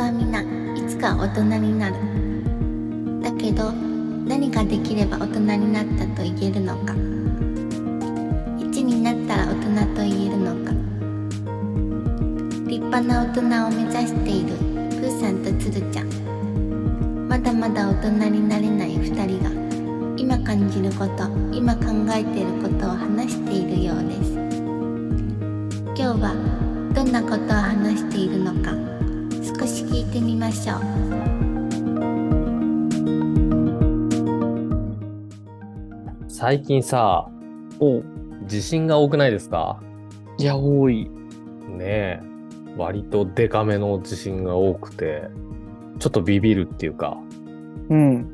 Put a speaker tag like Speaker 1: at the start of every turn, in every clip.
Speaker 1: はみんないつか大人になるだけど何ができれば大人になったと言えるのか1になったら大人と言えるのか立派な大人を目指しているプーさんとつるちゃんまだまだ大人になれない2人が今感じること今考えていることを話しているようです今日はどんなことを話しているのか少し聞いてみましょう
Speaker 2: 最近さ、
Speaker 3: おう
Speaker 2: 地震が多くないですか
Speaker 3: いや、多い。
Speaker 2: ねえ。割とデカめの地震が多くて、ちょっとビビるっていうか、
Speaker 3: うん。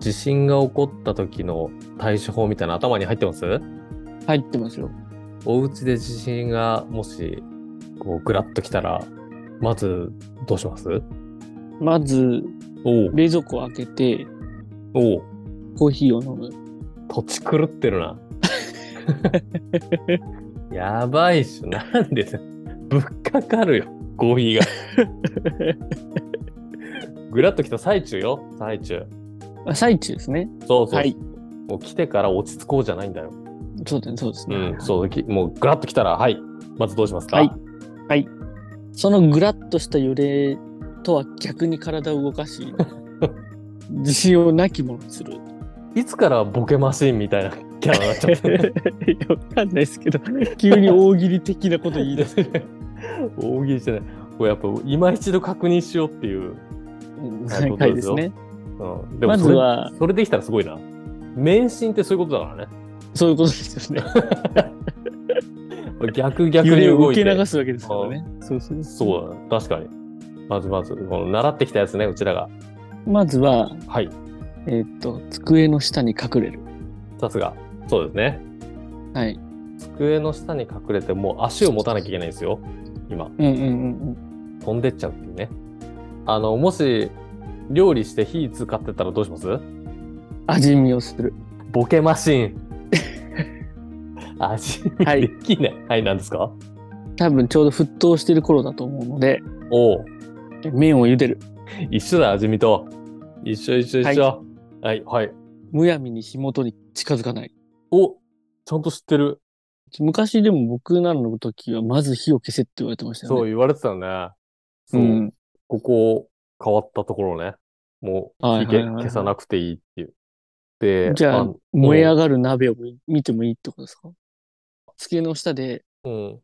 Speaker 2: 地震が起こった時の対処法みたいなの頭に入ってます
Speaker 3: 入ってますよ。
Speaker 2: お家で地震がもし、こう、ぐらっと来たら、まず、どうします
Speaker 3: まず、
Speaker 2: おう、
Speaker 3: 冷蔵庫を開けて、
Speaker 2: おう、
Speaker 3: コーヒーを飲む。
Speaker 2: 土地狂ってるな。 やばいっしょ。なんでさ、ぶっかかるよ、コーヒー が。ぐらっときた最中よ、最中。
Speaker 3: あ最中ですね。
Speaker 2: そうそう。
Speaker 3: はい
Speaker 2: もう来てから落ち着こうじゃないんだよ。
Speaker 3: そうだね、そうです
Speaker 2: う
Speaker 3: ね。
Speaker 2: ん、そう、きもうぐらっときたら、はい。まずどうしますか
Speaker 3: はい。はい。そのぐらっとした揺れとは逆に体を動 かし、自信をなきものにす る。
Speaker 2: いつからボケマシーンみたいなキャラになっちゃってる。
Speaker 3: いやわかんないです けど、急に大喜利的なこと言い出す。
Speaker 2: 大喜利じゃない。これやっぱ、今一度確認しようっていう。なるほど
Speaker 3: はいですね。
Speaker 2: うん、でも
Speaker 3: ま
Speaker 2: そ
Speaker 3: ず
Speaker 2: れ、
Speaker 3: は、
Speaker 2: それできたらすごいな。免震ってそういうことだからね。
Speaker 3: そういうことですよね。
Speaker 2: 逆逆
Speaker 3: 揺
Speaker 2: に
Speaker 3: れを
Speaker 2: 動い
Speaker 3: 受
Speaker 2: て。
Speaker 3: け流すわけですからね。そうそう
Speaker 2: そうだね、確かに。まずまず、この習ってきたやつね、うちらが。
Speaker 3: まずは、
Speaker 2: はい、
Speaker 3: えーっと、机の下に隠れる。
Speaker 2: さすが。そうですね。
Speaker 3: はい。
Speaker 2: 机の下に隠れて、もう足を持たなきゃいけないんですよ。今、
Speaker 3: うんうんうん
Speaker 2: 飛んでっちゃうっていうね。あの、もし、料理して火使ってたらどうします
Speaker 3: うん。味見をする。
Speaker 2: ボケマシー ン。味見
Speaker 3: はい
Speaker 2: できない。はい、何ですか
Speaker 3: 多分ちょうど沸騰してる頃だと思うので、
Speaker 2: おう
Speaker 3: 麺を茹でる。
Speaker 2: 一緒だ、味見と。一緒一緒一緒。はい、はい。
Speaker 3: むやみに火元に近づかない。
Speaker 2: おちゃんと知ってる。
Speaker 3: 昔でも僕などの時はまず火を消せって言われてましたよね。
Speaker 2: そう言われてたね。そう。
Speaker 3: うん
Speaker 2: ここ変わったところね。もう、
Speaker 3: はい
Speaker 2: 火け
Speaker 3: はいはいはい
Speaker 2: 消さなくていいっていう。で、
Speaker 3: じゃあ
Speaker 2: の、
Speaker 3: 燃え上がる鍋を見見てもいいってことですか机の下で
Speaker 2: うん。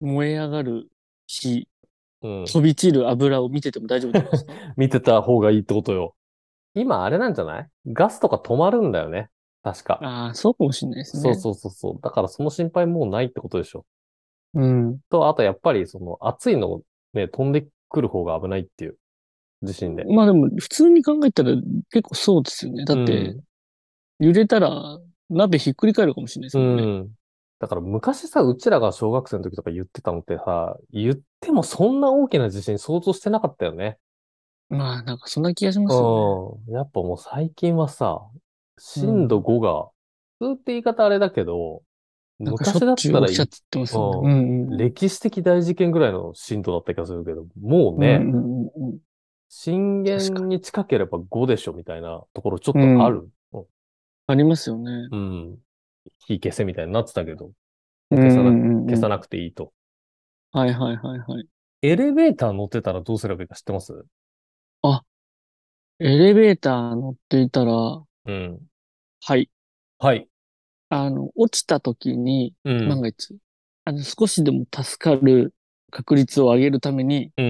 Speaker 3: 燃え上がる火、
Speaker 2: うん。
Speaker 3: 飛び散る油を見てても大丈夫ですか
Speaker 2: 見てた方がいいってことよ。今、あれなんじゃないガスとか止まるんだよね。確か。
Speaker 3: ああ、そうかもしれないですね。
Speaker 2: そうそうそうそう。だからその心配もうないってことでしょ。
Speaker 3: う。うん。
Speaker 2: と、あとやっぱり、その、熱いのね、飛んでくる方が危ないっていう。地震で。
Speaker 3: まあでも、普通に考えたら結構そうですよね。だって、
Speaker 2: う
Speaker 3: 揺れたら鍋ひっくり返るかもしれないです
Speaker 2: う
Speaker 3: もんね。
Speaker 2: ん。だから昔さ、うちらが小学生の時とか言ってたのってさ、言ってもそんな大きな地震想像してなかったよね。
Speaker 3: まあ、なんかそんな気がしますよ
Speaker 2: うん。やっぱもう最近はさ、震度5が、普通って言い方あれだけど、
Speaker 3: ね。なんか
Speaker 2: 昔
Speaker 3: し
Speaker 2: だ
Speaker 3: ょ
Speaker 2: っ
Speaker 3: っちゅ
Speaker 2: た
Speaker 3: う
Speaker 2: ら
Speaker 3: 起きちゃってますよ
Speaker 2: う
Speaker 3: ね。うんうん。
Speaker 2: 歴史的大事件ぐらいの震度だった気がするけど、もうね、
Speaker 3: うんうんうんうん
Speaker 2: 震
Speaker 3: 確か
Speaker 2: 源に近ければ5でしょみたいなところちょっとある。うん
Speaker 3: ありますよね。
Speaker 2: うん。火消せみたいになってたけど、
Speaker 3: 消
Speaker 2: さな
Speaker 3: 消
Speaker 2: 消さなくていいと。
Speaker 3: はいはいはいはい。
Speaker 2: エレベーター乗ってたらどうすればいいか知ってます
Speaker 3: エレベーター乗っていたら、は
Speaker 2: うん。
Speaker 3: い。
Speaker 2: はい。
Speaker 3: あの、落ちた時に、
Speaker 2: うん。
Speaker 3: 万が一、あの、少しでも助かる確率を上げるために、
Speaker 2: うん。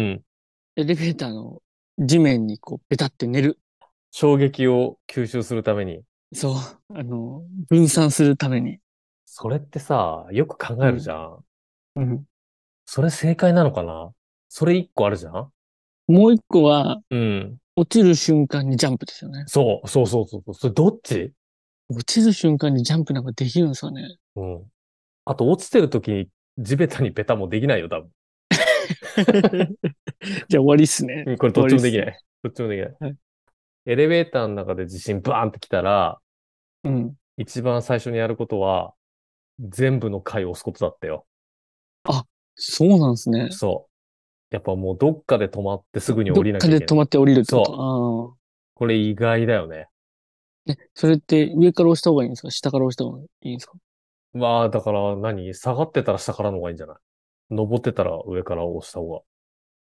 Speaker 3: エレベーターの地面にこう、ベタって寝る。
Speaker 2: 衝撃を吸収するために。
Speaker 3: そう。あの、分散するために。
Speaker 2: それってさ、よく考えるじゃん。
Speaker 3: うん。
Speaker 2: それ正解なのかなそれ一個あるじゃん
Speaker 3: もう一個は、
Speaker 2: うん。
Speaker 3: 落ちる瞬間にジャンプですよね。
Speaker 2: そう、そうそうそうそう。それどっち
Speaker 3: 落ちる瞬間にジャンプなんかできるんですかね。
Speaker 2: うん。あと、落ちてる時に地べたにベタもできないよ、多分。
Speaker 3: じゃあ終わりっすね。
Speaker 2: うんこれどっちもでき
Speaker 3: 終わり
Speaker 2: な
Speaker 3: っすね
Speaker 2: い。どっちもできな。
Speaker 3: はい
Speaker 2: エレベーターの中で地震バーンって来たら、
Speaker 3: うん。
Speaker 2: 一番最初にやることは、全部の階を押すことだったよ。
Speaker 3: そうなんですね。
Speaker 2: そやっぱもうどっかで止まってすぐに
Speaker 3: ど
Speaker 2: 降り
Speaker 3: っ
Speaker 2: なき
Speaker 3: か
Speaker 2: ゃいけ
Speaker 3: で
Speaker 2: ない。
Speaker 3: 止まって降りるってこと
Speaker 2: そ
Speaker 3: そ
Speaker 2: これ意外だよね。
Speaker 3: あーえ、それって上から押した方がいいんですか下から押した方がいいんですか
Speaker 2: まあ、だから何下がってたら下からの方がいいんじゃない登ってたら上から押した方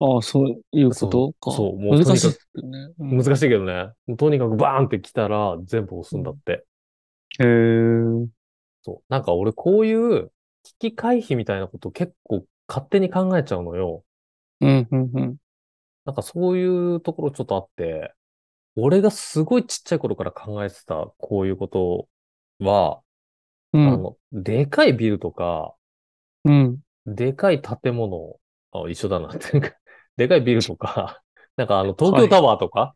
Speaker 3: ああ、そういうことか。
Speaker 2: そうそうもうとにかく
Speaker 3: 難しいですよね。うん
Speaker 2: が。難しいけどね。とにかくバーンって来たら全部押すんだって。
Speaker 3: へー
Speaker 2: そう。なんか俺こういう危機回避みたいなこと結構勝手に考えちゃうのよ。
Speaker 3: うん、うん、うん。
Speaker 2: なんかそういうところちょっとあって、俺がすごいちっちゃい頃から考えてたこういうことは、
Speaker 3: う
Speaker 2: あ
Speaker 3: ん、
Speaker 2: の、でかいビルとか、
Speaker 3: うん。
Speaker 2: でかい建物、あ、一緒だなっていうか、 でかいビルとか、 なんかあの、東京タワーとか、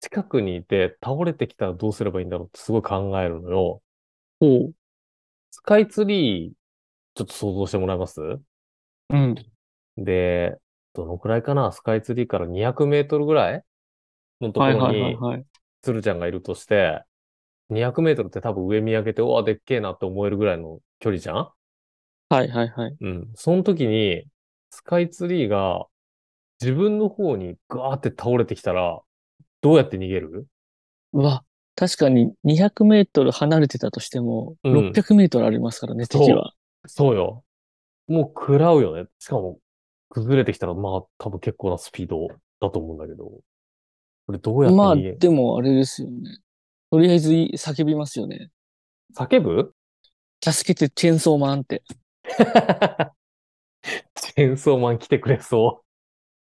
Speaker 2: 近くにいて倒れてきたらどうすればいいんだろうってすごい考えるのよ。
Speaker 3: ほう。
Speaker 2: スカイツリー、ちょっと想像してもらえます
Speaker 3: うん。
Speaker 2: で、どのくらいかなスカイツリーから200メートルぐらいのとこ
Speaker 3: はい
Speaker 2: ろ
Speaker 3: はいは
Speaker 2: に
Speaker 3: い、はい。
Speaker 2: 鶴ちゃんがいるとして、200メートルって多分上見上げて、うわ、でっけえなって思えるぐらいの距離じゃん
Speaker 3: はいはいはい。
Speaker 2: うん。その時に、スカイツリーが自分の方にガーって倒れてきたら、どうやって逃げる
Speaker 3: うわ、確かに200メートル離れてたとしても、
Speaker 2: うん
Speaker 3: 600メートルありますからね、敵は。
Speaker 2: そうよ。もう食らうよね。しかも、崩れてきたら、まあ、多分結構なスピードだと思うんだけど。これどうやって
Speaker 3: まあ、
Speaker 2: 逃げ、
Speaker 3: でもあれですよね。とりあえずい叫びますよね。
Speaker 2: 叫ぶ
Speaker 3: 助けて、チェーンソーマンって。
Speaker 2: チェーンソーマン来てくれそ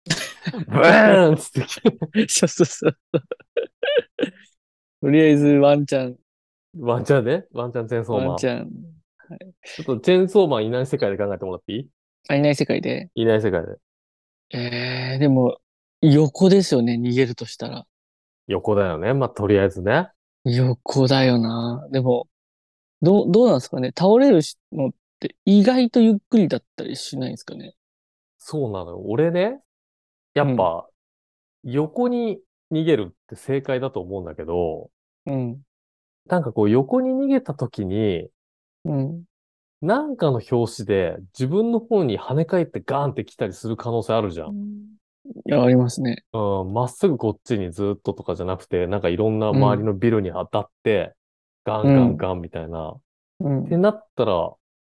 Speaker 2: う。ブーンっつって来て、
Speaker 3: そうそうそう。とりあえず、ワンちゃん、
Speaker 2: ワンチャンね。ワンチャンチェーンソー
Speaker 3: ワ
Speaker 2: マ
Speaker 3: ン
Speaker 2: ン。
Speaker 3: ち
Speaker 2: ちょ
Speaker 3: ゃん。
Speaker 2: っとチェーンソーマンいない世界で考えてもらっていい
Speaker 3: あいない世界で。
Speaker 2: いない世界で。
Speaker 3: えー、でも、横ですよね、逃げるとしたら。
Speaker 2: 横だよね。まあ、とりあえずね。
Speaker 3: 横だよな。でも、どう、どうなんですかね。倒れるのって意外とゆっくりだったりしないんですかね。
Speaker 2: そうなのよ。俺ね、やっぱ、横に逃げるって正解だと思うんだけど、
Speaker 3: うん。
Speaker 2: なんかこう横に逃げた時に、
Speaker 3: うん。
Speaker 2: なんかの拍子で自分の方に跳ね返ってガーンって来たりする可能性あるじゃん。うん、
Speaker 3: いや、ありますね。
Speaker 2: まっすぐこっちにずっととかじゃなくて、なんかいろんな周りのビルに当たって、ガンガンガンみたいな。
Speaker 3: うん
Speaker 2: って。なったら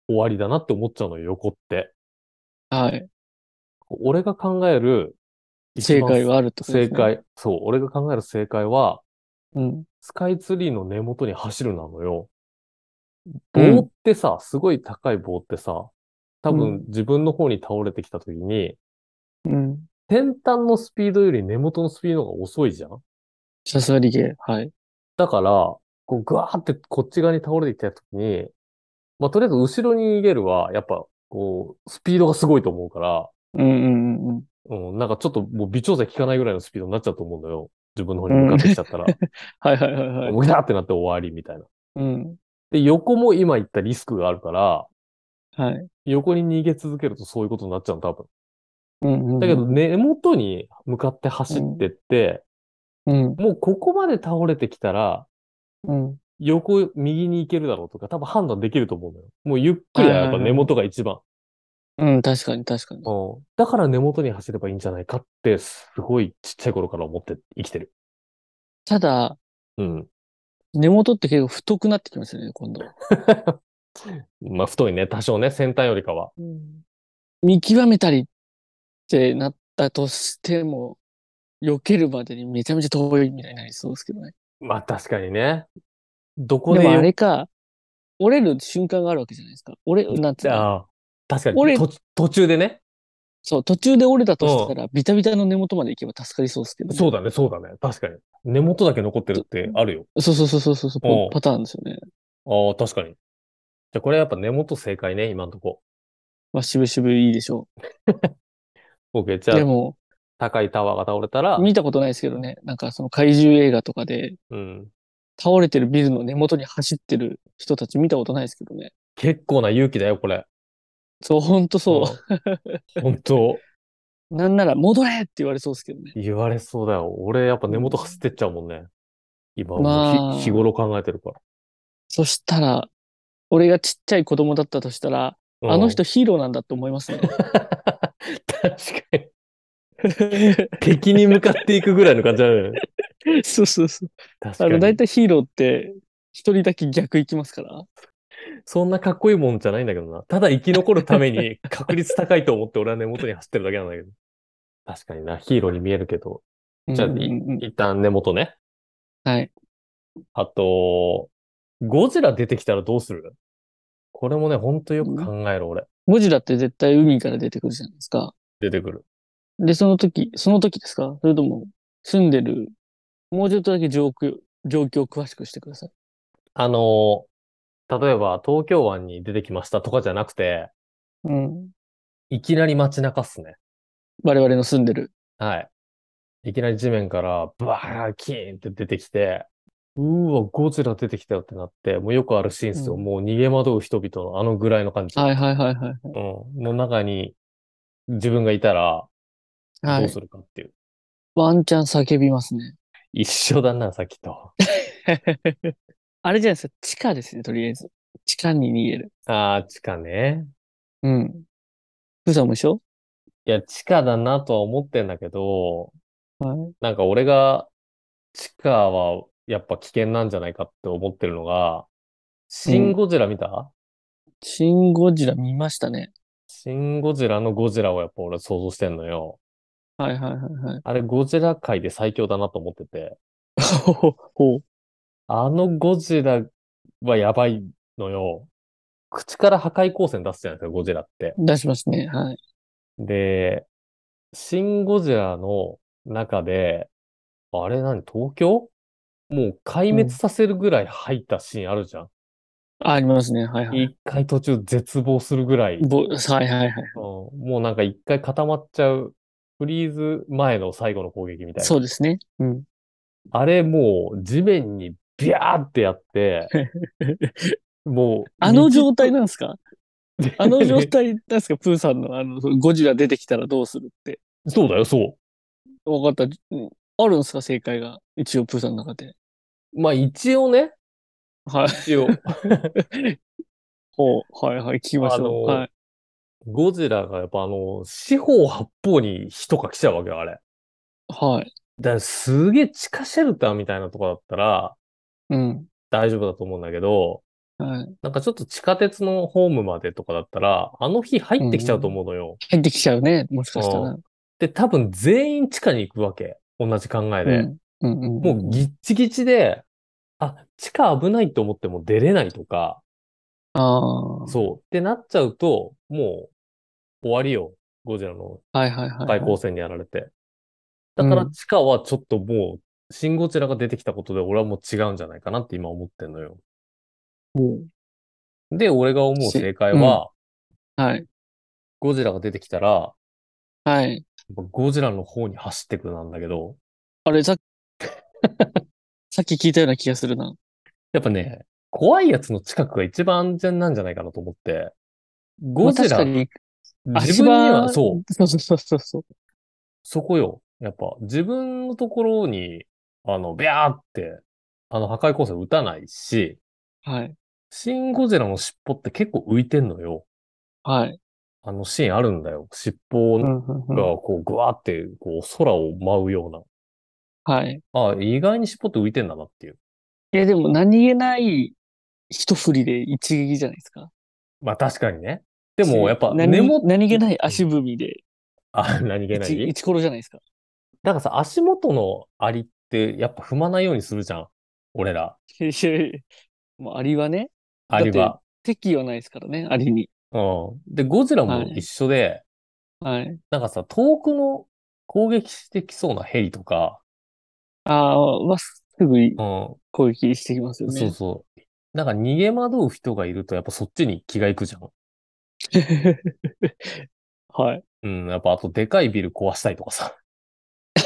Speaker 2: 終わりだなって思っちゃうのよ、横って。
Speaker 3: はい。
Speaker 2: 俺が考える、
Speaker 3: 正解はあるってことで
Speaker 2: 正
Speaker 3: すね。。
Speaker 2: 解。そう。俺が考える正解は、
Speaker 3: うん。
Speaker 2: スカイツリーの根元に走るなのよ。
Speaker 3: うん
Speaker 2: 棒ってさ、すごい高い棒ってさ、多
Speaker 3: う
Speaker 2: 分自分の方に倒れてきた時に、
Speaker 3: うん。
Speaker 2: 先端のスピードより根元のスピードが遅いじゃん
Speaker 3: さすがりげ。はい。
Speaker 2: だから、こうグワーってこっち側に倒れてきた時に、まあ、とりあえず後ろに逃げるは、やっぱ、こう、スピードがすごいと思うから、
Speaker 3: うんうんうんうん。
Speaker 2: うん、なんかちょっともう微調整効かないぐらいのスピードになっちゃうと思うんだよ。自分の方に向かってきちゃったら、
Speaker 3: はいはい はいはい。
Speaker 2: グワーってなって終わりみたいな。
Speaker 3: うん。
Speaker 2: で、横も今言ったリスクがあるから、
Speaker 3: はい。
Speaker 2: 横に逃げ続けるとそういうことになっちゃうの、多分。
Speaker 3: うんうん。
Speaker 2: だけど、、根元に向かって走ってって、
Speaker 3: うん。
Speaker 2: もうここまで倒れてきたら、
Speaker 3: うん。
Speaker 2: 横、右に行けるだろうとか、多分判断できると思うのよ。もうゆっくりはやっぱ根元が一番。
Speaker 3: うん、確かに確かに。
Speaker 2: うんだから根元に走ればいいんじゃないかって、すごいちっちゃい頃から思って生きてる。
Speaker 3: ただ、
Speaker 2: うん。
Speaker 3: 根元って結構太くなってきますよね、今度。
Speaker 2: まあ、太いね。多少ね、先端よりかは。
Speaker 3: 見極めたりってなったとしても、避けるまでにめちゃめちゃ遠いみたいになりそうですけどね。
Speaker 2: まあ、確かにね。どこ
Speaker 3: で
Speaker 2: で
Speaker 3: もあ
Speaker 2: よ
Speaker 3: れか、折れる瞬間があるわけじゃないですか。折れ、なんつうの
Speaker 2: ああ確か
Speaker 3: 俺
Speaker 2: に、と途中でね。
Speaker 3: そう、途中で折れたとしたら、ビタビタの根元まで行けば助かりそうですけどね、
Speaker 2: そうだね、そうだね。確かに。根元だけ残ってるってあるよ。
Speaker 3: そうそうそうそうそう
Speaker 2: おう
Speaker 3: パターンですよね。
Speaker 2: ああ、確かに。じゃあこれはやっぱ根元正解ね、今んとこ。
Speaker 3: まあ、しぶしぶいいでしょ
Speaker 2: OK、じ
Speaker 3: う。
Speaker 2: ゃ
Speaker 3: で
Speaker 2: あ
Speaker 3: も、
Speaker 2: 高いタワーが倒れたら、
Speaker 3: 見たことないですけどね、なんかその怪獣映画とかで、
Speaker 2: うん、
Speaker 3: 倒れてるビルの根元に走ってる人たち見たことないですけどね。
Speaker 2: 結構な勇気だよ、これ。
Speaker 3: そう、ほんとそう。
Speaker 2: うん。本当、
Speaker 3: なんなら、戻れって言われそうですけどね。
Speaker 2: 言われそうだよ。俺やっぱ根元走ってっちゃうもんね。今、
Speaker 3: まあ
Speaker 2: もう日日頃考えてるから。
Speaker 3: そしたら、俺がちっちゃい子供だったとしたら、
Speaker 2: うん
Speaker 3: あの人ヒーローなんだって思いますね。
Speaker 2: 確かに。敵に向かっていくぐらいの感じなのよね。
Speaker 3: そうそうそう。
Speaker 2: 確
Speaker 3: あの、
Speaker 2: か
Speaker 3: 大
Speaker 2: に。
Speaker 3: 体ヒーローって、一人だけ逆行きますから。
Speaker 2: そんなかっこいいもんじゃないんだけどな。ただ生き残るために確率高いと思って俺は根元に走ってるだけなんだけど。確かにな、ヒーローに見えるけど。じゃあ
Speaker 3: うんうんうん
Speaker 2: 一旦根元ね。
Speaker 3: はい。
Speaker 2: あと、ゴジラ出てきたらどうするこれもね、ほんとよく考える俺。
Speaker 3: ゴジラって絶対海から出てくるじゃないですか。
Speaker 2: 出てくる。
Speaker 3: で、その時、その時ですかそれとも、住んでる、もうちょっとだけ状況、状況を詳しくしてください。
Speaker 2: あの、例えば東京湾に出てきましたとかじゃなくて、
Speaker 3: うん。
Speaker 2: いきなり街中っすね。
Speaker 3: 我々の住んでる。
Speaker 2: はい。いきなり地面からバーキーンって出てきて、うーわ、ゴジラ出てきたよってなって、もうよくあるシーンですよ。
Speaker 3: うん
Speaker 2: もう逃げ惑う人々のあのぐらいの感じ。
Speaker 3: はいはいはいは
Speaker 2: うん。の中に自分がいたら
Speaker 3: い。は
Speaker 2: どう
Speaker 3: い。
Speaker 2: するかっていう。
Speaker 3: ワンチャン叫びますね。
Speaker 2: 一緒だな、さっきと。
Speaker 3: あれじゃないですか。地下ですね、とりあえず。地下に逃げる。
Speaker 2: あー、地下ね。
Speaker 3: うん。プーさんも一緒
Speaker 2: いや、地下だなとは思ってんだけど、
Speaker 3: はい。
Speaker 2: なんか俺が地下はやっぱ危険なんじゃないかって思ってるのが、シン・ゴジラ見た
Speaker 3: シン・ゴジラ見ましたね。
Speaker 2: シン・ゴジラのゴジラをやっぱ俺想像してんのよ。
Speaker 3: はいはいはいはい。
Speaker 2: あれゴジラ界で最強だなと思ってて、
Speaker 3: ほほほ。
Speaker 2: あのゴジラはやばいのよ。口から破壊光線出すじゃないですか、ゴジラって。
Speaker 3: 出しますね。はい。
Speaker 2: で、シン・ゴジラの中で、あれ何、東京もう壊滅させるぐらい入ったシーンあるじゃん。
Speaker 3: あありますね。はいはい。
Speaker 2: 一回途中絶望するぐらい、うん
Speaker 3: ぼはいはいはい。
Speaker 2: もうなんか一回固まっちゃう、フリーズ前の最後の攻撃みたいな。
Speaker 3: そうですね。うん。
Speaker 2: あれもう地面にビャーってや って、もう、
Speaker 3: あの状
Speaker 2: 道
Speaker 3: 態なんです かあの状
Speaker 2: ね
Speaker 3: 態なんですかプーさんの、あの、そのゴジラ出てきたらどうするって。
Speaker 2: そうだよ、そ
Speaker 3: わかった。うんあるんですか正解が。一応、プーさんの中で。
Speaker 2: う。まあ一応ね、
Speaker 3: はい。
Speaker 2: 一 応、
Speaker 3: ほう。はいはい。聞きましょう。
Speaker 2: あの
Speaker 3: はい。
Speaker 2: ゴジラがやっぱあの、四方八方に火とか来ちゃうわけよ、あれ。
Speaker 3: はい。
Speaker 2: だからすげえ地下シェルターみたいなとこだったら
Speaker 3: うん。
Speaker 2: 大丈夫だと思うんだけど、
Speaker 3: はい。
Speaker 2: なんかちょっと地下鉄のホームまでとかだったら、あの火入ってきちゃうと思うのよ。
Speaker 3: 入ってきちゃうね。もしかしたら。
Speaker 2: で、多分全員地下に行くわけ。同じ考え
Speaker 3: う
Speaker 2: で。
Speaker 3: ん。うんうん。
Speaker 2: もうギッチギチで、あ、地下危ないと思っても出れないとか、
Speaker 3: あ
Speaker 2: そう。ってなっちゃうと、もう終わりよ。ゴジラの
Speaker 3: あ。はいはいはい。
Speaker 2: 外交戦にやられて。だか
Speaker 3: う
Speaker 2: ら
Speaker 3: ん
Speaker 2: 地下はちょっともう、シンゴジラが出てきたことで俺はもう違うんじゃないかなって今思ってんのよ。
Speaker 3: も
Speaker 2: で、俺が思う
Speaker 3: し
Speaker 2: 正解は、
Speaker 3: うはい。
Speaker 2: ゴジラが出てきたら、
Speaker 3: はい。
Speaker 2: ゴジラの方に走ってくなんだけど、
Speaker 3: あれ、さ っき、さっき聞いたような気がするな。
Speaker 2: やっぱね、怖いやつの近くが一番安全なんじゃないかなと思って、
Speaker 3: ま
Speaker 2: ゴ
Speaker 3: あ
Speaker 2: ジ
Speaker 3: 確
Speaker 2: ラ、
Speaker 3: かに、
Speaker 2: 自分には、
Speaker 3: 足場
Speaker 2: そう、
Speaker 3: そうそうそうそう。
Speaker 2: そこよ。やっぱ、自分のところに、あの、ビャーって、あの、破壊光線打たないし、
Speaker 3: はい。
Speaker 2: シン・ゴジラの尻尾って結構浮いてんのよ。
Speaker 3: はい。
Speaker 2: あのシーンあるんだよ。尻尾が
Speaker 3: は
Speaker 2: こう、ぐわーって、こう、空を舞うよう
Speaker 3: い。
Speaker 2: な。あ、意外に尻尾って浮いてんだなっていう。
Speaker 3: いや、でも何気ない一振りで一撃じゃないですか。
Speaker 2: まあ確かにね。でも、やっぱ、
Speaker 3: 何
Speaker 2: 根元、
Speaker 3: 何気ない足踏みで
Speaker 2: あ、何気な
Speaker 3: 一
Speaker 2: い。
Speaker 3: 一コロじゃないですか。
Speaker 2: だからさ、足元のアリって、やっぱ踏まないようにするじゃん。俺ら。
Speaker 3: いやいやいやもうアリはね、
Speaker 2: アリは。
Speaker 3: 敵意はないですからね、アリに。
Speaker 2: うん。で、ゴジラ
Speaker 3: は
Speaker 2: も
Speaker 3: い
Speaker 2: 一緒で、
Speaker 3: はい。
Speaker 2: なんかさ、遠くの攻撃してきそうなヘリとか、
Speaker 3: ああ、まっすぐ
Speaker 2: うん、
Speaker 3: 攻撃してきますよね。
Speaker 2: そうそう。なんか逃げ惑う人がいると、やっぱそっちに気が行くじゃん。
Speaker 3: はい。
Speaker 2: うん、やっぱあとでかいビル壊したりとか さ。
Speaker 3: え、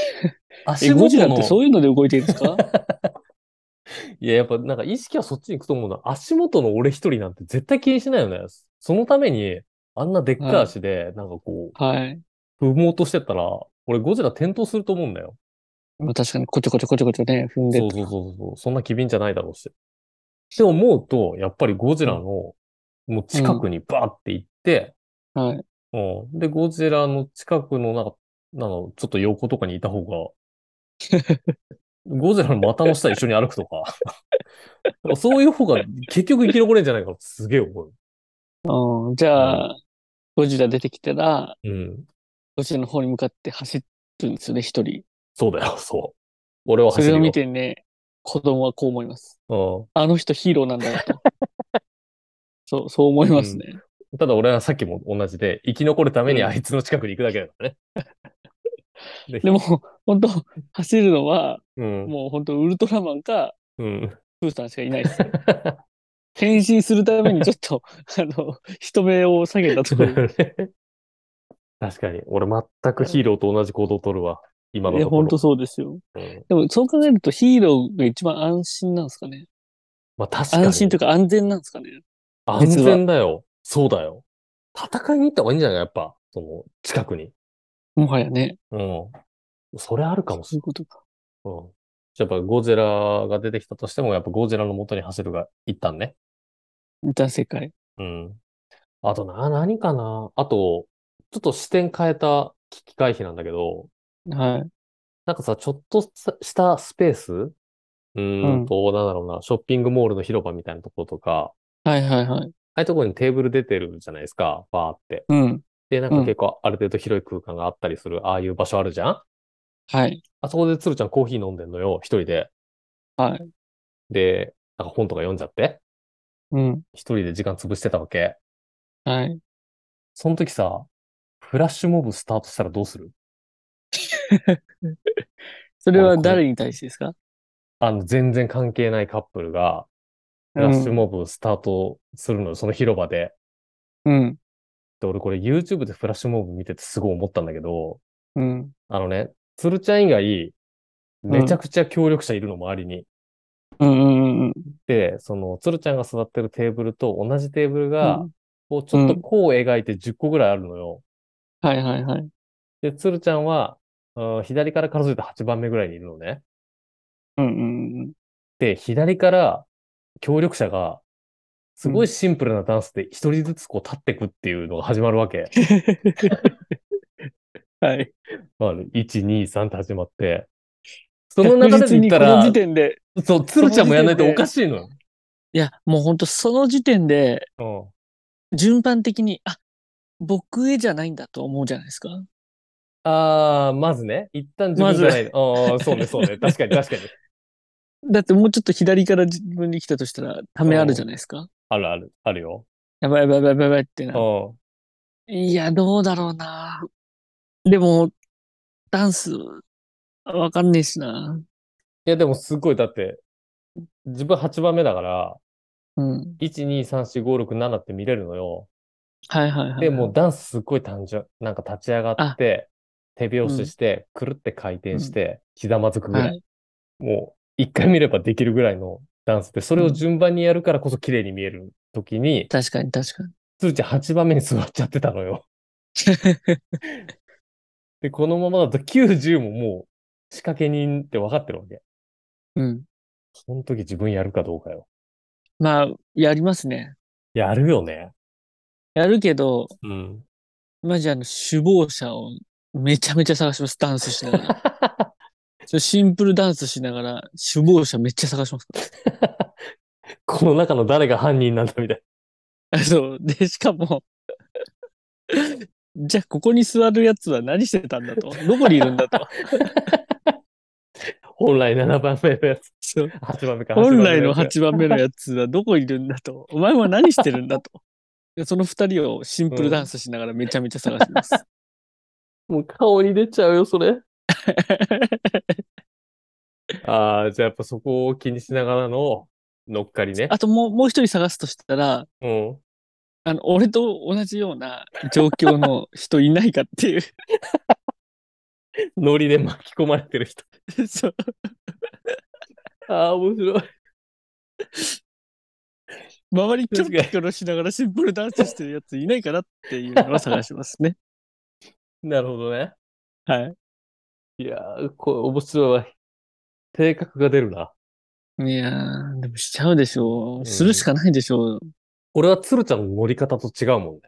Speaker 2: 足
Speaker 3: ゴジラ
Speaker 2: 元
Speaker 3: って
Speaker 2: の、
Speaker 3: そういうので動いてるんですか
Speaker 2: いや、やっぱなんか意識はそっちに行くと思うな。足元の俺一人なんて絶対気にしないよね。そのために、あんなでっかい足で、なんかこ
Speaker 3: はい。
Speaker 2: う、踏もうとしてったら、俺ゴジラ転倒すると思うんだよ。
Speaker 3: まあ確かに、こちょこちょこちょこちょね、踏んで
Speaker 2: そうそうそうそう。そんな機敏じゃないだろうし。って思うと、やっぱりゴジラの、もう近くにバーって行って、
Speaker 3: はい。
Speaker 2: うんで、ゴジラの近くのなんかなの、ちょっと横とかにいた方 が、ゴジラの股の下一緒に歩くとか、 そういう方が結局生き残れんじゃないかなってすげえ思
Speaker 3: うん、じゃあ、ゴジラ出てきたら、
Speaker 2: う。うん。
Speaker 3: ゴジラの方に向かって走るんですよね、一人。
Speaker 2: そうだよ、 そう。俺は
Speaker 3: そ
Speaker 2: 走
Speaker 3: れ
Speaker 2: るよ。
Speaker 3: を見てね、子供はこう思います。
Speaker 2: うん。
Speaker 3: あの人ヒーローなんだよ と。そう、そう思いますね。
Speaker 2: ただ俺はさっきも同じで、生き残るためにあいつの近くに行くだけだ からね。で
Speaker 3: でも、本当走るのは、
Speaker 2: うん。
Speaker 3: もう本当ウルトラマンか、
Speaker 2: うん。
Speaker 3: プーさんしかいないです。 変身するためにちょっと、 あの、人目を下げたとこ ろ。
Speaker 2: 確かに、俺全くヒーローと同じ行動を取るわ。今の
Speaker 3: いや、
Speaker 2: とこ
Speaker 3: 本
Speaker 2: ろ
Speaker 3: 当。そうですよ。
Speaker 2: うん
Speaker 3: でも、そう考えるとヒーローが一番安心なんですかね。
Speaker 2: まあ確かに。
Speaker 3: 安心というか安全なんですかね。
Speaker 2: 安全だよ。そうだよ。戦いに行った方がいいんじゃないやっぱ、その、近くに。
Speaker 3: もはやね。
Speaker 2: うん。それあるかも
Speaker 3: そう
Speaker 2: し
Speaker 3: いうことか。
Speaker 2: れない。うん。じゃあやっぱゴジラが出てきたとしても、やっぱゴジラの元に走るが一旦ね。
Speaker 3: 見た世界。
Speaker 2: うん。あとな、何かな。あと、ちょっと視点変えた危機回避なんだけど、
Speaker 3: はい。
Speaker 2: なんかさ、ちょっとしたスペースうーんと、なんだろうな、ショッピングモールの広場みたいなところとか、
Speaker 3: はいはいはい。
Speaker 2: ああいうところにテーブル出てるじゃないですか、バーって。
Speaker 3: うん。
Speaker 2: で、なんか
Speaker 3: うん
Speaker 2: 結構ある程度広い空間があったりする、ああいう場所あるじゃん
Speaker 3: はい。
Speaker 2: あそこで鶴ちゃんコーヒー飲んでんのよ、一人で。
Speaker 3: はい。
Speaker 2: で、なんか本とか読んじゃって、
Speaker 3: うん。
Speaker 2: 一人で時間潰してたわけ。
Speaker 3: はい。
Speaker 2: その時さ、フラッシュモブスタートしたらどうする
Speaker 3: それは誰に対してですか
Speaker 2: あの、全然関係ないカップルが、フラッシュモブスタートするのよ、その広場で。
Speaker 3: うん。
Speaker 2: で、俺これ YouTube でフラッシュモブ見ててすごい思ったんだけど、
Speaker 3: うん。
Speaker 2: あのね、鶴ちゃん以外、めちゃくちゃ協力者いるの、周りに。
Speaker 3: うんうんうん。
Speaker 2: で、その、鶴ちゃんが座ってるテーブルと同じテーブルが、
Speaker 3: うん
Speaker 2: こう、ちょっと弧を描いて10個ぐらいあるのよ。
Speaker 3: はいはいはい。
Speaker 2: で、鶴ちゃんは、うん左から数えて8番目ぐらいにいるのね。
Speaker 3: うんうんうん。
Speaker 2: で、左から協力者が、すごいシンプルなダンスで一人ずつこう立ってくっていうのが始まるわけ。
Speaker 3: はい。
Speaker 2: まあ、1、2、3って始まって。その流れで
Speaker 3: 確実
Speaker 2: 言っ
Speaker 3: に
Speaker 2: た
Speaker 3: この
Speaker 2: ら
Speaker 3: 時、点で、
Speaker 2: そう、鶴ちゃんもやらないと
Speaker 3: その時点で
Speaker 2: おかしいのよ。
Speaker 3: いや、もう本当その時点で、
Speaker 2: うん。
Speaker 3: 順番的に、あ、僕へじゃないんだと思うじゃないですか。
Speaker 2: あー、まずね、一旦自分じゃない。ああ、そうね、そうね。確かに、確かに。
Speaker 3: だってもうちょっと左から自分に来たとしたら、ためあるじゃないですか。
Speaker 2: あるある、あるよ。
Speaker 3: やばいやばいやばいやばいって
Speaker 2: う
Speaker 3: な。
Speaker 2: ん。
Speaker 3: いや、どうだろうな。でも、ダンス、わかんねえしな。
Speaker 2: いや、でもすごい、だって、自分8番目だから、
Speaker 3: うん。
Speaker 2: 1、2、3、4、5、6、7って見れるのよ。
Speaker 3: はいはいはい。
Speaker 2: で、もう、ダンスすっごい単純。なんか立ち上がって、手拍子して、くるって回転して、ひざまずくぐ
Speaker 3: は
Speaker 2: らい。
Speaker 3: い。
Speaker 2: もう、一回見ればできるぐらいのダンスで、それを順番にやるからこそ綺麗に見える時に、
Speaker 3: 確かに確かに。
Speaker 2: つるちゃん8番目に座っちゃってたの よ。で、このままだと90ももう、仕掛け人って分かってるわけ。
Speaker 3: うん。
Speaker 2: その時自分やるかどうかよ。
Speaker 3: まあ、やりますね。
Speaker 2: やるよね。
Speaker 3: やるけど、
Speaker 2: うん。
Speaker 3: まじあの、首謀者をめちゃめちゃ探します。ダンスしな がら。それシンプルダンスしながら、首謀者めっちゃ探しますから。
Speaker 2: この中の誰が犯人なんだみたい
Speaker 3: あそう。で、しかも、 じゃあ、ここに座るやつは何してたんだと。どこにいるんだ と。
Speaker 2: な。本来7番目のやつ。
Speaker 3: そう
Speaker 2: 8番目か。
Speaker 3: 本来の
Speaker 2: 8番目やつ
Speaker 3: 8番目のやつはどこにいるんだと。お前は何してるんだと。でその2人をシンプルダンスしながらめちゃめちゃ探します。
Speaker 2: もう顔に出ちゃうよ、それ。ああ、じゃあやっぱそこを気にしながらの乗っかりね。
Speaker 3: あともう、もう一人探すとしたら、
Speaker 2: うん。
Speaker 3: あの、俺と同じような状況の人いないかっていう。
Speaker 2: ノリで巻き込まれてる人。
Speaker 3: そう。
Speaker 2: ああ、面白い。
Speaker 3: 周りキョロキョロしながらシンプルダンスしてるやついないかなっていうのは探します ね。
Speaker 2: なるほどね。
Speaker 3: はい
Speaker 2: やー、これ面白いわ。性格が出るな。
Speaker 3: い。いやー、でもしちゃうでしょ
Speaker 2: ん
Speaker 3: う。するしかないでしょう。
Speaker 2: 俺は鶴ちゃんの乗り方と違うもんね。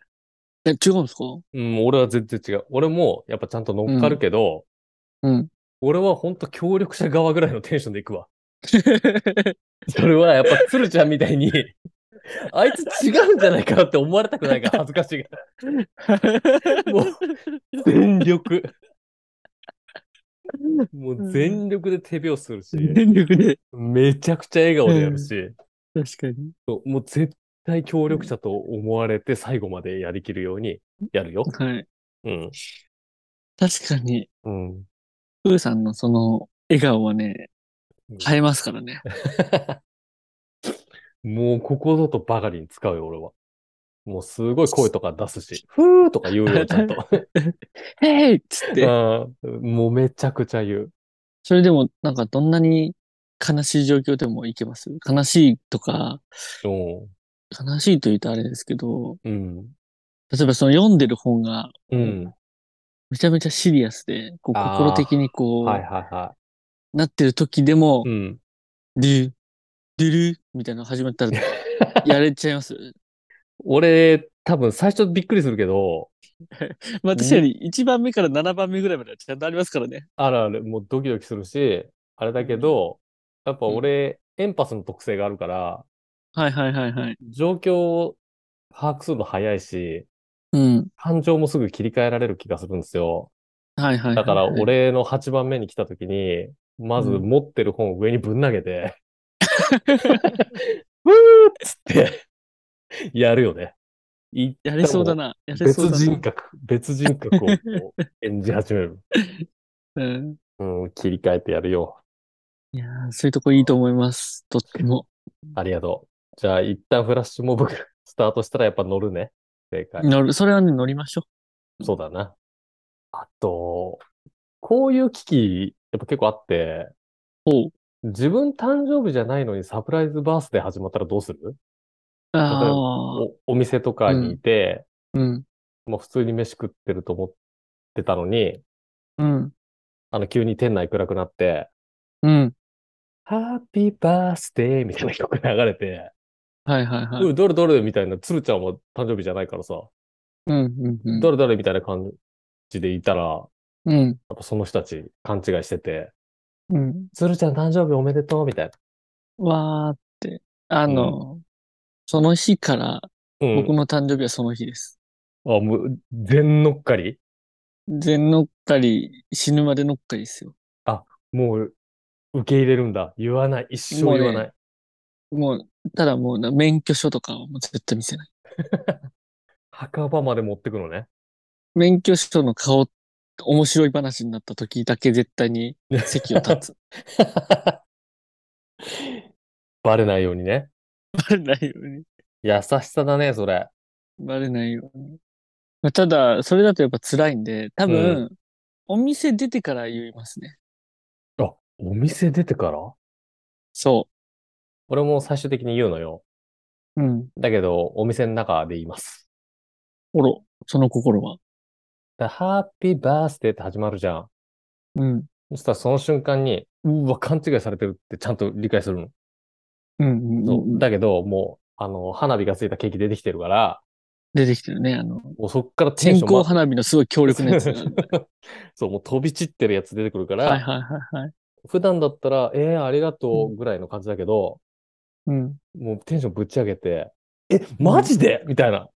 Speaker 3: え、違うんですか
Speaker 2: うん、俺は全然違う。俺もやっぱちゃんと乗っかるけど、
Speaker 3: うん。
Speaker 2: 俺はほんと協力者側ぐらいのテンションで行くわ。それはやっぱ鶴ちゃんみたいに、あいつ違うんじゃないかなって思われたくないから恥ずかしいから。もう、全力。もう全力で手拍子する し、
Speaker 3: 全力で。
Speaker 2: めちゃくちゃ笑顔でやるし、
Speaker 3: 確かに。
Speaker 2: そうもう絶対協力者と思われて最後までやりきるようにやるよ。
Speaker 3: はい。
Speaker 2: うん。
Speaker 3: 確かに、
Speaker 2: うん。
Speaker 3: プーさんのその笑顔はね
Speaker 2: うん、
Speaker 3: 映えますからね。
Speaker 2: もうここぞとばかりに使うよ、俺は。もうすごい声とか出すし、ふーとか言うよ、ちゃん と。
Speaker 3: へいっつって。
Speaker 2: うんもうめちゃくちゃ言う。
Speaker 3: それでも、なんかどんなに悲しい状況でもいけます悲しいとか、悲しいと言うとあれですけど、
Speaker 2: うん。
Speaker 3: 例えばその読んでる本が
Speaker 2: うん。
Speaker 3: めちゃめちゃシリアスで、こう
Speaker 2: あー
Speaker 3: 心的にこう、
Speaker 2: はいはいは
Speaker 3: なってる時でも
Speaker 2: い。、うん。
Speaker 3: ドゥ、ドゥルみたいなの始まった ら、やれちゃいます。
Speaker 2: 俺、多分最初びっくりするけど、
Speaker 3: まあ確かに1番目から7番目ぐらいまではちゃんとありますからね。
Speaker 2: あるある、もうドキドキするし、あれだけど、やっぱ俺、エンパスの特性があるから、
Speaker 3: はいはいはいはい。
Speaker 2: 状況を把握するの早いし、
Speaker 3: うん。
Speaker 2: 感情もすぐ切り替えられる気がするんですよ。
Speaker 3: はいはいはいはい。
Speaker 2: だから、俺の8番目に来た時に、まず
Speaker 3: うん
Speaker 2: 持ってる本を上にぶん投げて、 ふ、ーっつって、やるよね。い
Speaker 3: やれそうだな。やれそ
Speaker 2: 別
Speaker 3: うだな。
Speaker 2: 人格、別人格をこう 演じ始める。
Speaker 3: うん。
Speaker 2: うん、切り替えてやるよ。
Speaker 3: いやーそういうとこいいと思います。とっても。
Speaker 2: ありがとう。じゃあ、一旦フラッシュモブ スタートしたらやっぱ乗るね。正解。
Speaker 3: 乗る、それはね、乗りましょ
Speaker 2: そうだな。あと、こういう危機、やっぱ結構あって、
Speaker 3: う。ほう。
Speaker 2: 自分誕生日じゃないのにサプライズバースデー始まったらどうする
Speaker 3: あ
Speaker 2: ば
Speaker 3: あ。
Speaker 2: おお店とかにいて、
Speaker 3: うん。
Speaker 2: もう普通に飯食ってると思ってたのに、
Speaker 3: うん。
Speaker 2: あの、急に店内暗くなって、
Speaker 3: うん。
Speaker 2: ハッピーバースデーみたいな曲流れて、
Speaker 3: はいはいは
Speaker 2: う
Speaker 3: い。
Speaker 2: ん、どれどれみたいな、鶴ちゃんも誕生日じゃないからさ、
Speaker 3: うん。うん。うん
Speaker 2: どれどれみたいな感じでいたら、や
Speaker 3: うん。
Speaker 2: っぱその人たち勘違いしてて、
Speaker 3: うん。
Speaker 2: 鶴ちゃん誕生日おめでとうみたい
Speaker 3: わーって。あの、その日から、
Speaker 2: な。うん。
Speaker 3: 僕の誕生日はその日です。
Speaker 2: あ、もう、全乗っかり
Speaker 3: 全乗っかり、死ぬまで乗っかりですよ。
Speaker 2: もう、受け入れるんだ。言わない。一生言わない。
Speaker 3: もう、ただもうな、免許証とかはもう絶対見せない。
Speaker 2: 墓場まで持ってくのね。
Speaker 3: 免許証の顔、面白い話になった時だけ絶対に席を立つ。
Speaker 2: バレないようにね。
Speaker 3: バレないように。
Speaker 2: 優しさだね、それ。
Speaker 3: バレないように。まあただ、それだとやっぱ辛いんで、多分、
Speaker 2: う
Speaker 3: お店出てから言いますね。
Speaker 2: あ、お店出てから
Speaker 3: そ
Speaker 2: 俺も最終的に言うのよ。
Speaker 3: う。うん。
Speaker 2: だけど、お店の中で言います。
Speaker 3: おろ、その心は。
Speaker 2: だハッピーバースデーって始まるじゃん。
Speaker 3: うん。
Speaker 2: そしたらその瞬間に、うわ、勘違いされてるってちゃんと理解するの。
Speaker 3: うんうんうん、
Speaker 2: そう。だけど、もう、あの、花火がついたケーキ出てきてるから、
Speaker 3: 出てきてるね。あの、
Speaker 2: もうそっからテン
Speaker 3: 線
Speaker 2: ション
Speaker 3: 香
Speaker 2: ま
Speaker 3: 花火のすごい強力なやつがある。
Speaker 2: そう、もう飛び散ってるやつ出てくるから、
Speaker 3: はいはいはいはい。
Speaker 2: 普段だったら、えー、ありがとうぐらいの感じだけど、
Speaker 3: うん。
Speaker 2: もうテンションぶち上げて、え、マジで、みたいな、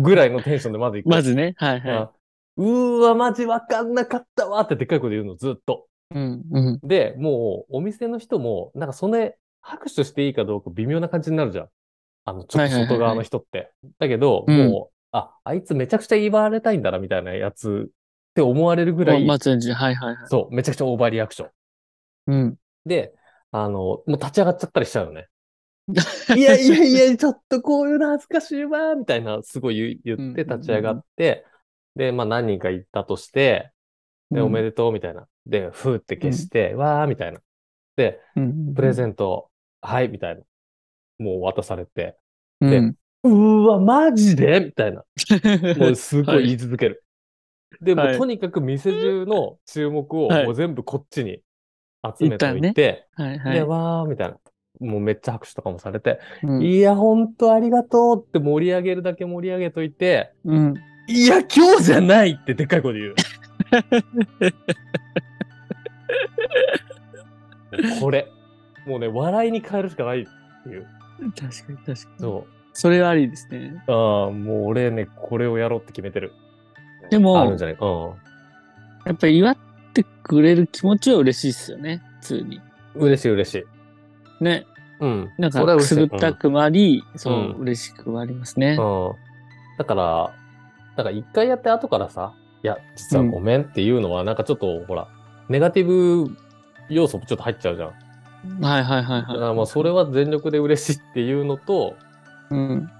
Speaker 2: ぐらいのテンションでまず行く。
Speaker 3: まずね。はい
Speaker 2: うん、
Speaker 3: は
Speaker 2: うーわ、マジわかんなかったわってでっかい声で言うの、ずっと。
Speaker 3: い。うんうん。
Speaker 2: で、もう、お店の人も、なんかそれ、拍手していいかどうか微妙な感じになるじゃん。あの、ちょっと外側の人って。だけど、
Speaker 3: うん
Speaker 2: もう、あ、あいつめちゃくちゃ言われたいんだな、みたいなやつって思われるぐらい、
Speaker 3: 松園寺、はいはいはい。
Speaker 2: そう、めちゃくちゃオーバーリアクション。
Speaker 3: うん。
Speaker 2: で、あの、もう立ち上がっちゃったりしちゃうよね。いや いやいや、 ちょっとこういうの恥ずかしいわ、みたいな、すごい言う言って
Speaker 3: うんうんうん
Speaker 2: 立ち上がって、で、まあ何人か行ったとして、で、おめ
Speaker 3: で
Speaker 2: でとう、みたいな。で、ふーって消して、わー、みたいな。で、
Speaker 3: とうん。
Speaker 2: プレゼ
Speaker 3: ン
Speaker 2: ント、はい、みたいな。もう渡されて、
Speaker 3: ト
Speaker 2: で
Speaker 3: うん
Speaker 2: うーわ、マジでみたいな。もうすご
Speaker 3: はいい
Speaker 2: 言い続ける。で、もう
Speaker 3: はい
Speaker 2: とにかく店中の注目を
Speaker 3: はい
Speaker 2: もう全部こっちに集めておいて、
Speaker 3: はいは
Speaker 2: で、
Speaker 3: い。
Speaker 2: わーみたいな。もうめっちゃ拍手とかもされて、
Speaker 3: うん。
Speaker 2: いや、ほんとありがとうって盛り上げるだけ盛り上げといて、
Speaker 3: うん。
Speaker 2: いや、今日じゃないってでっかい声で言う。 これ。もうね、笑いに変えるしかないっていう。
Speaker 3: 確かに確かに。
Speaker 2: そ
Speaker 3: それはありですね。
Speaker 2: う。ああ、もう俺ね、これをやろうって決めてる。
Speaker 3: で
Speaker 2: あ
Speaker 3: も
Speaker 2: るん、じゃないうん。
Speaker 3: やっぱ祝ってくれる気持ちは嬉しいですよね。普通に。
Speaker 2: 嬉しい嬉しい。
Speaker 3: ね。
Speaker 2: うん。
Speaker 3: なん
Speaker 2: それは
Speaker 3: か、く
Speaker 2: 嬉し
Speaker 3: す
Speaker 2: い
Speaker 3: ぐったくもあり、そう、
Speaker 2: うん
Speaker 3: 嬉しくもありますね。
Speaker 2: うん。だから、なんか一回やって後からさ、いや、実はごめんっていうのは、なんかちょっと、ほら、ネガティブ要素もちょっと入っちゃうじゃん。
Speaker 3: はいはいはい
Speaker 2: だか
Speaker 3: は
Speaker 2: らまあ、それは全力で嬉しいっていうのと、
Speaker 3: い。うん。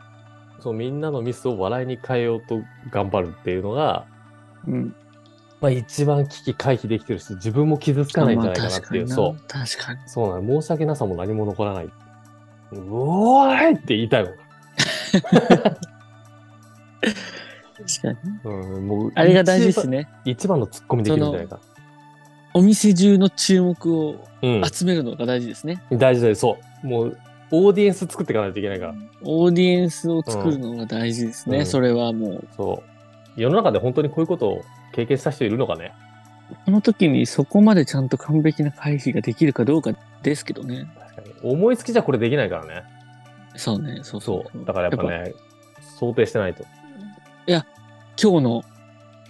Speaker 2: そう、みんなのミスを笑いに変えようと頑張るっていうのが、
Speaker 3: うん。
Speaker 2: まあ一番危機回避できてるし、自分も傷つかないんじゃないかなっていう、
Speaker 3: まあ
Speaker 2: そう。
Speaker 3: 確かにな。
Speaker 2: そうなの、申し訳なさも何も残らない。うおーいって言いたいもん。
Speaker 3: 確かに。確かに。
Speaker 2: うん、もう
Speaker 3: あれが大事です
Speaker 2: ね。
Speaker 3: ね。
Speaker 2: 一番のツッコミできるんじゃないか。
Speaker 3: お店中の注目を
Speaker 2: うん。
Speaker 3: 集めるのが大事ですね。
Speaker 2: 大事だよ、そう。もう、オーディエンス作っていかないといけないから。
Speaker 3: オーディエンスを作るのが大事ですね。
Speaker 2: うん
Speaker 3: それはもう。
Speaker 2: そう。世の中で本当にこういうことを経験した人いるのかね。
Speaker 3: この時にそこまでちゃんと完璧な回避ができるかどうかですけどね。
Speaker 2: 確かに。思いつきじゃこれできないからね。
Speaker 3: そうね。そうそう
Speaker 2: そ
Speaker 3: そう
Speaker 2: う。だからやっぱね、想定してないと。
Speaker 3: 今日の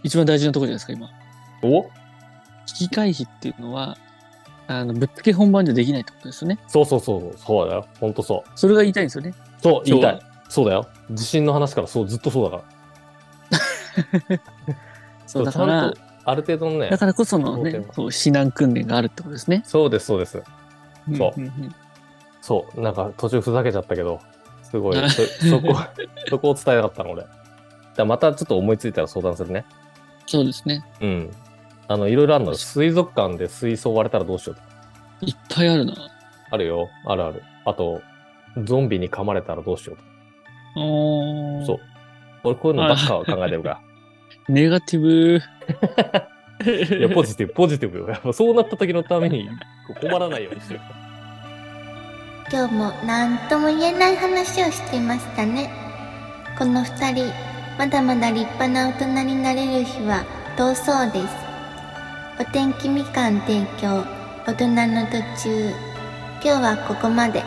Speaker 3: 一番大事なところじゃないですか、今。
Speaker 2: お
Speaker 3: 危機回避っていうのは、あの、ぶっつけ本番じゃできないってことですよね。
Speaker 2: そうそうそう、そうだよ。ほんとそ
Speaker 3: それが言いたいんですよね。
Speaker 2: う。そう、言いた
Speaker 3: 今
Speaker 2: い。そうだよ。地震の話からそう、ずっとそうだから。
Speaker 3: そう、だ
Speaker 2: ち
Speaker 3: か
Speaker 2: ゃん
Speaker 3: ら
Speaker 2: と、、ある程度のね
Speaker 3: だ、からこその
Speaker 2: そう
Speaker 3: ね
Speaker 2: だよ、
Speaker 3: そう、避難訓練があるってことですね。
Speaker 2: そうです、そうです。そうん
Speaker 3: んん
Speaker 2: そう、なんか途中ふざけちゃったけど、すごい、
Speaker 3: あ
Speaker 2: そそこ、 そこを伝えなかったの、俺。だからまたちょっと思いついたら相談するね。
Speaker 3: そうですね。
Speaker 2: うん。あの、いろいろあるのよ。水族館で水槽割れたらどうしようとか。
Speaker 3: いっぱいあるな。
Speaker 2: あるよ。あるある。あと、ゾンビに噛まれたらどうしようとか。
Speaker 3: おー
Speaker 2: そう。。俺、こういうのばっか考えてるか
Speaker 3: ネガティブ。
Speaker 2: ら。いや、ポジティブ、ポジティブよ。やっぱそうなった時のために困らないようにしてる。
Speaker 1: 今日も何とも言えない話をしていましたねこの2人まだまだ立派な大人になれる日は遠そうですお天気みかん提供大人の途中今日はここまで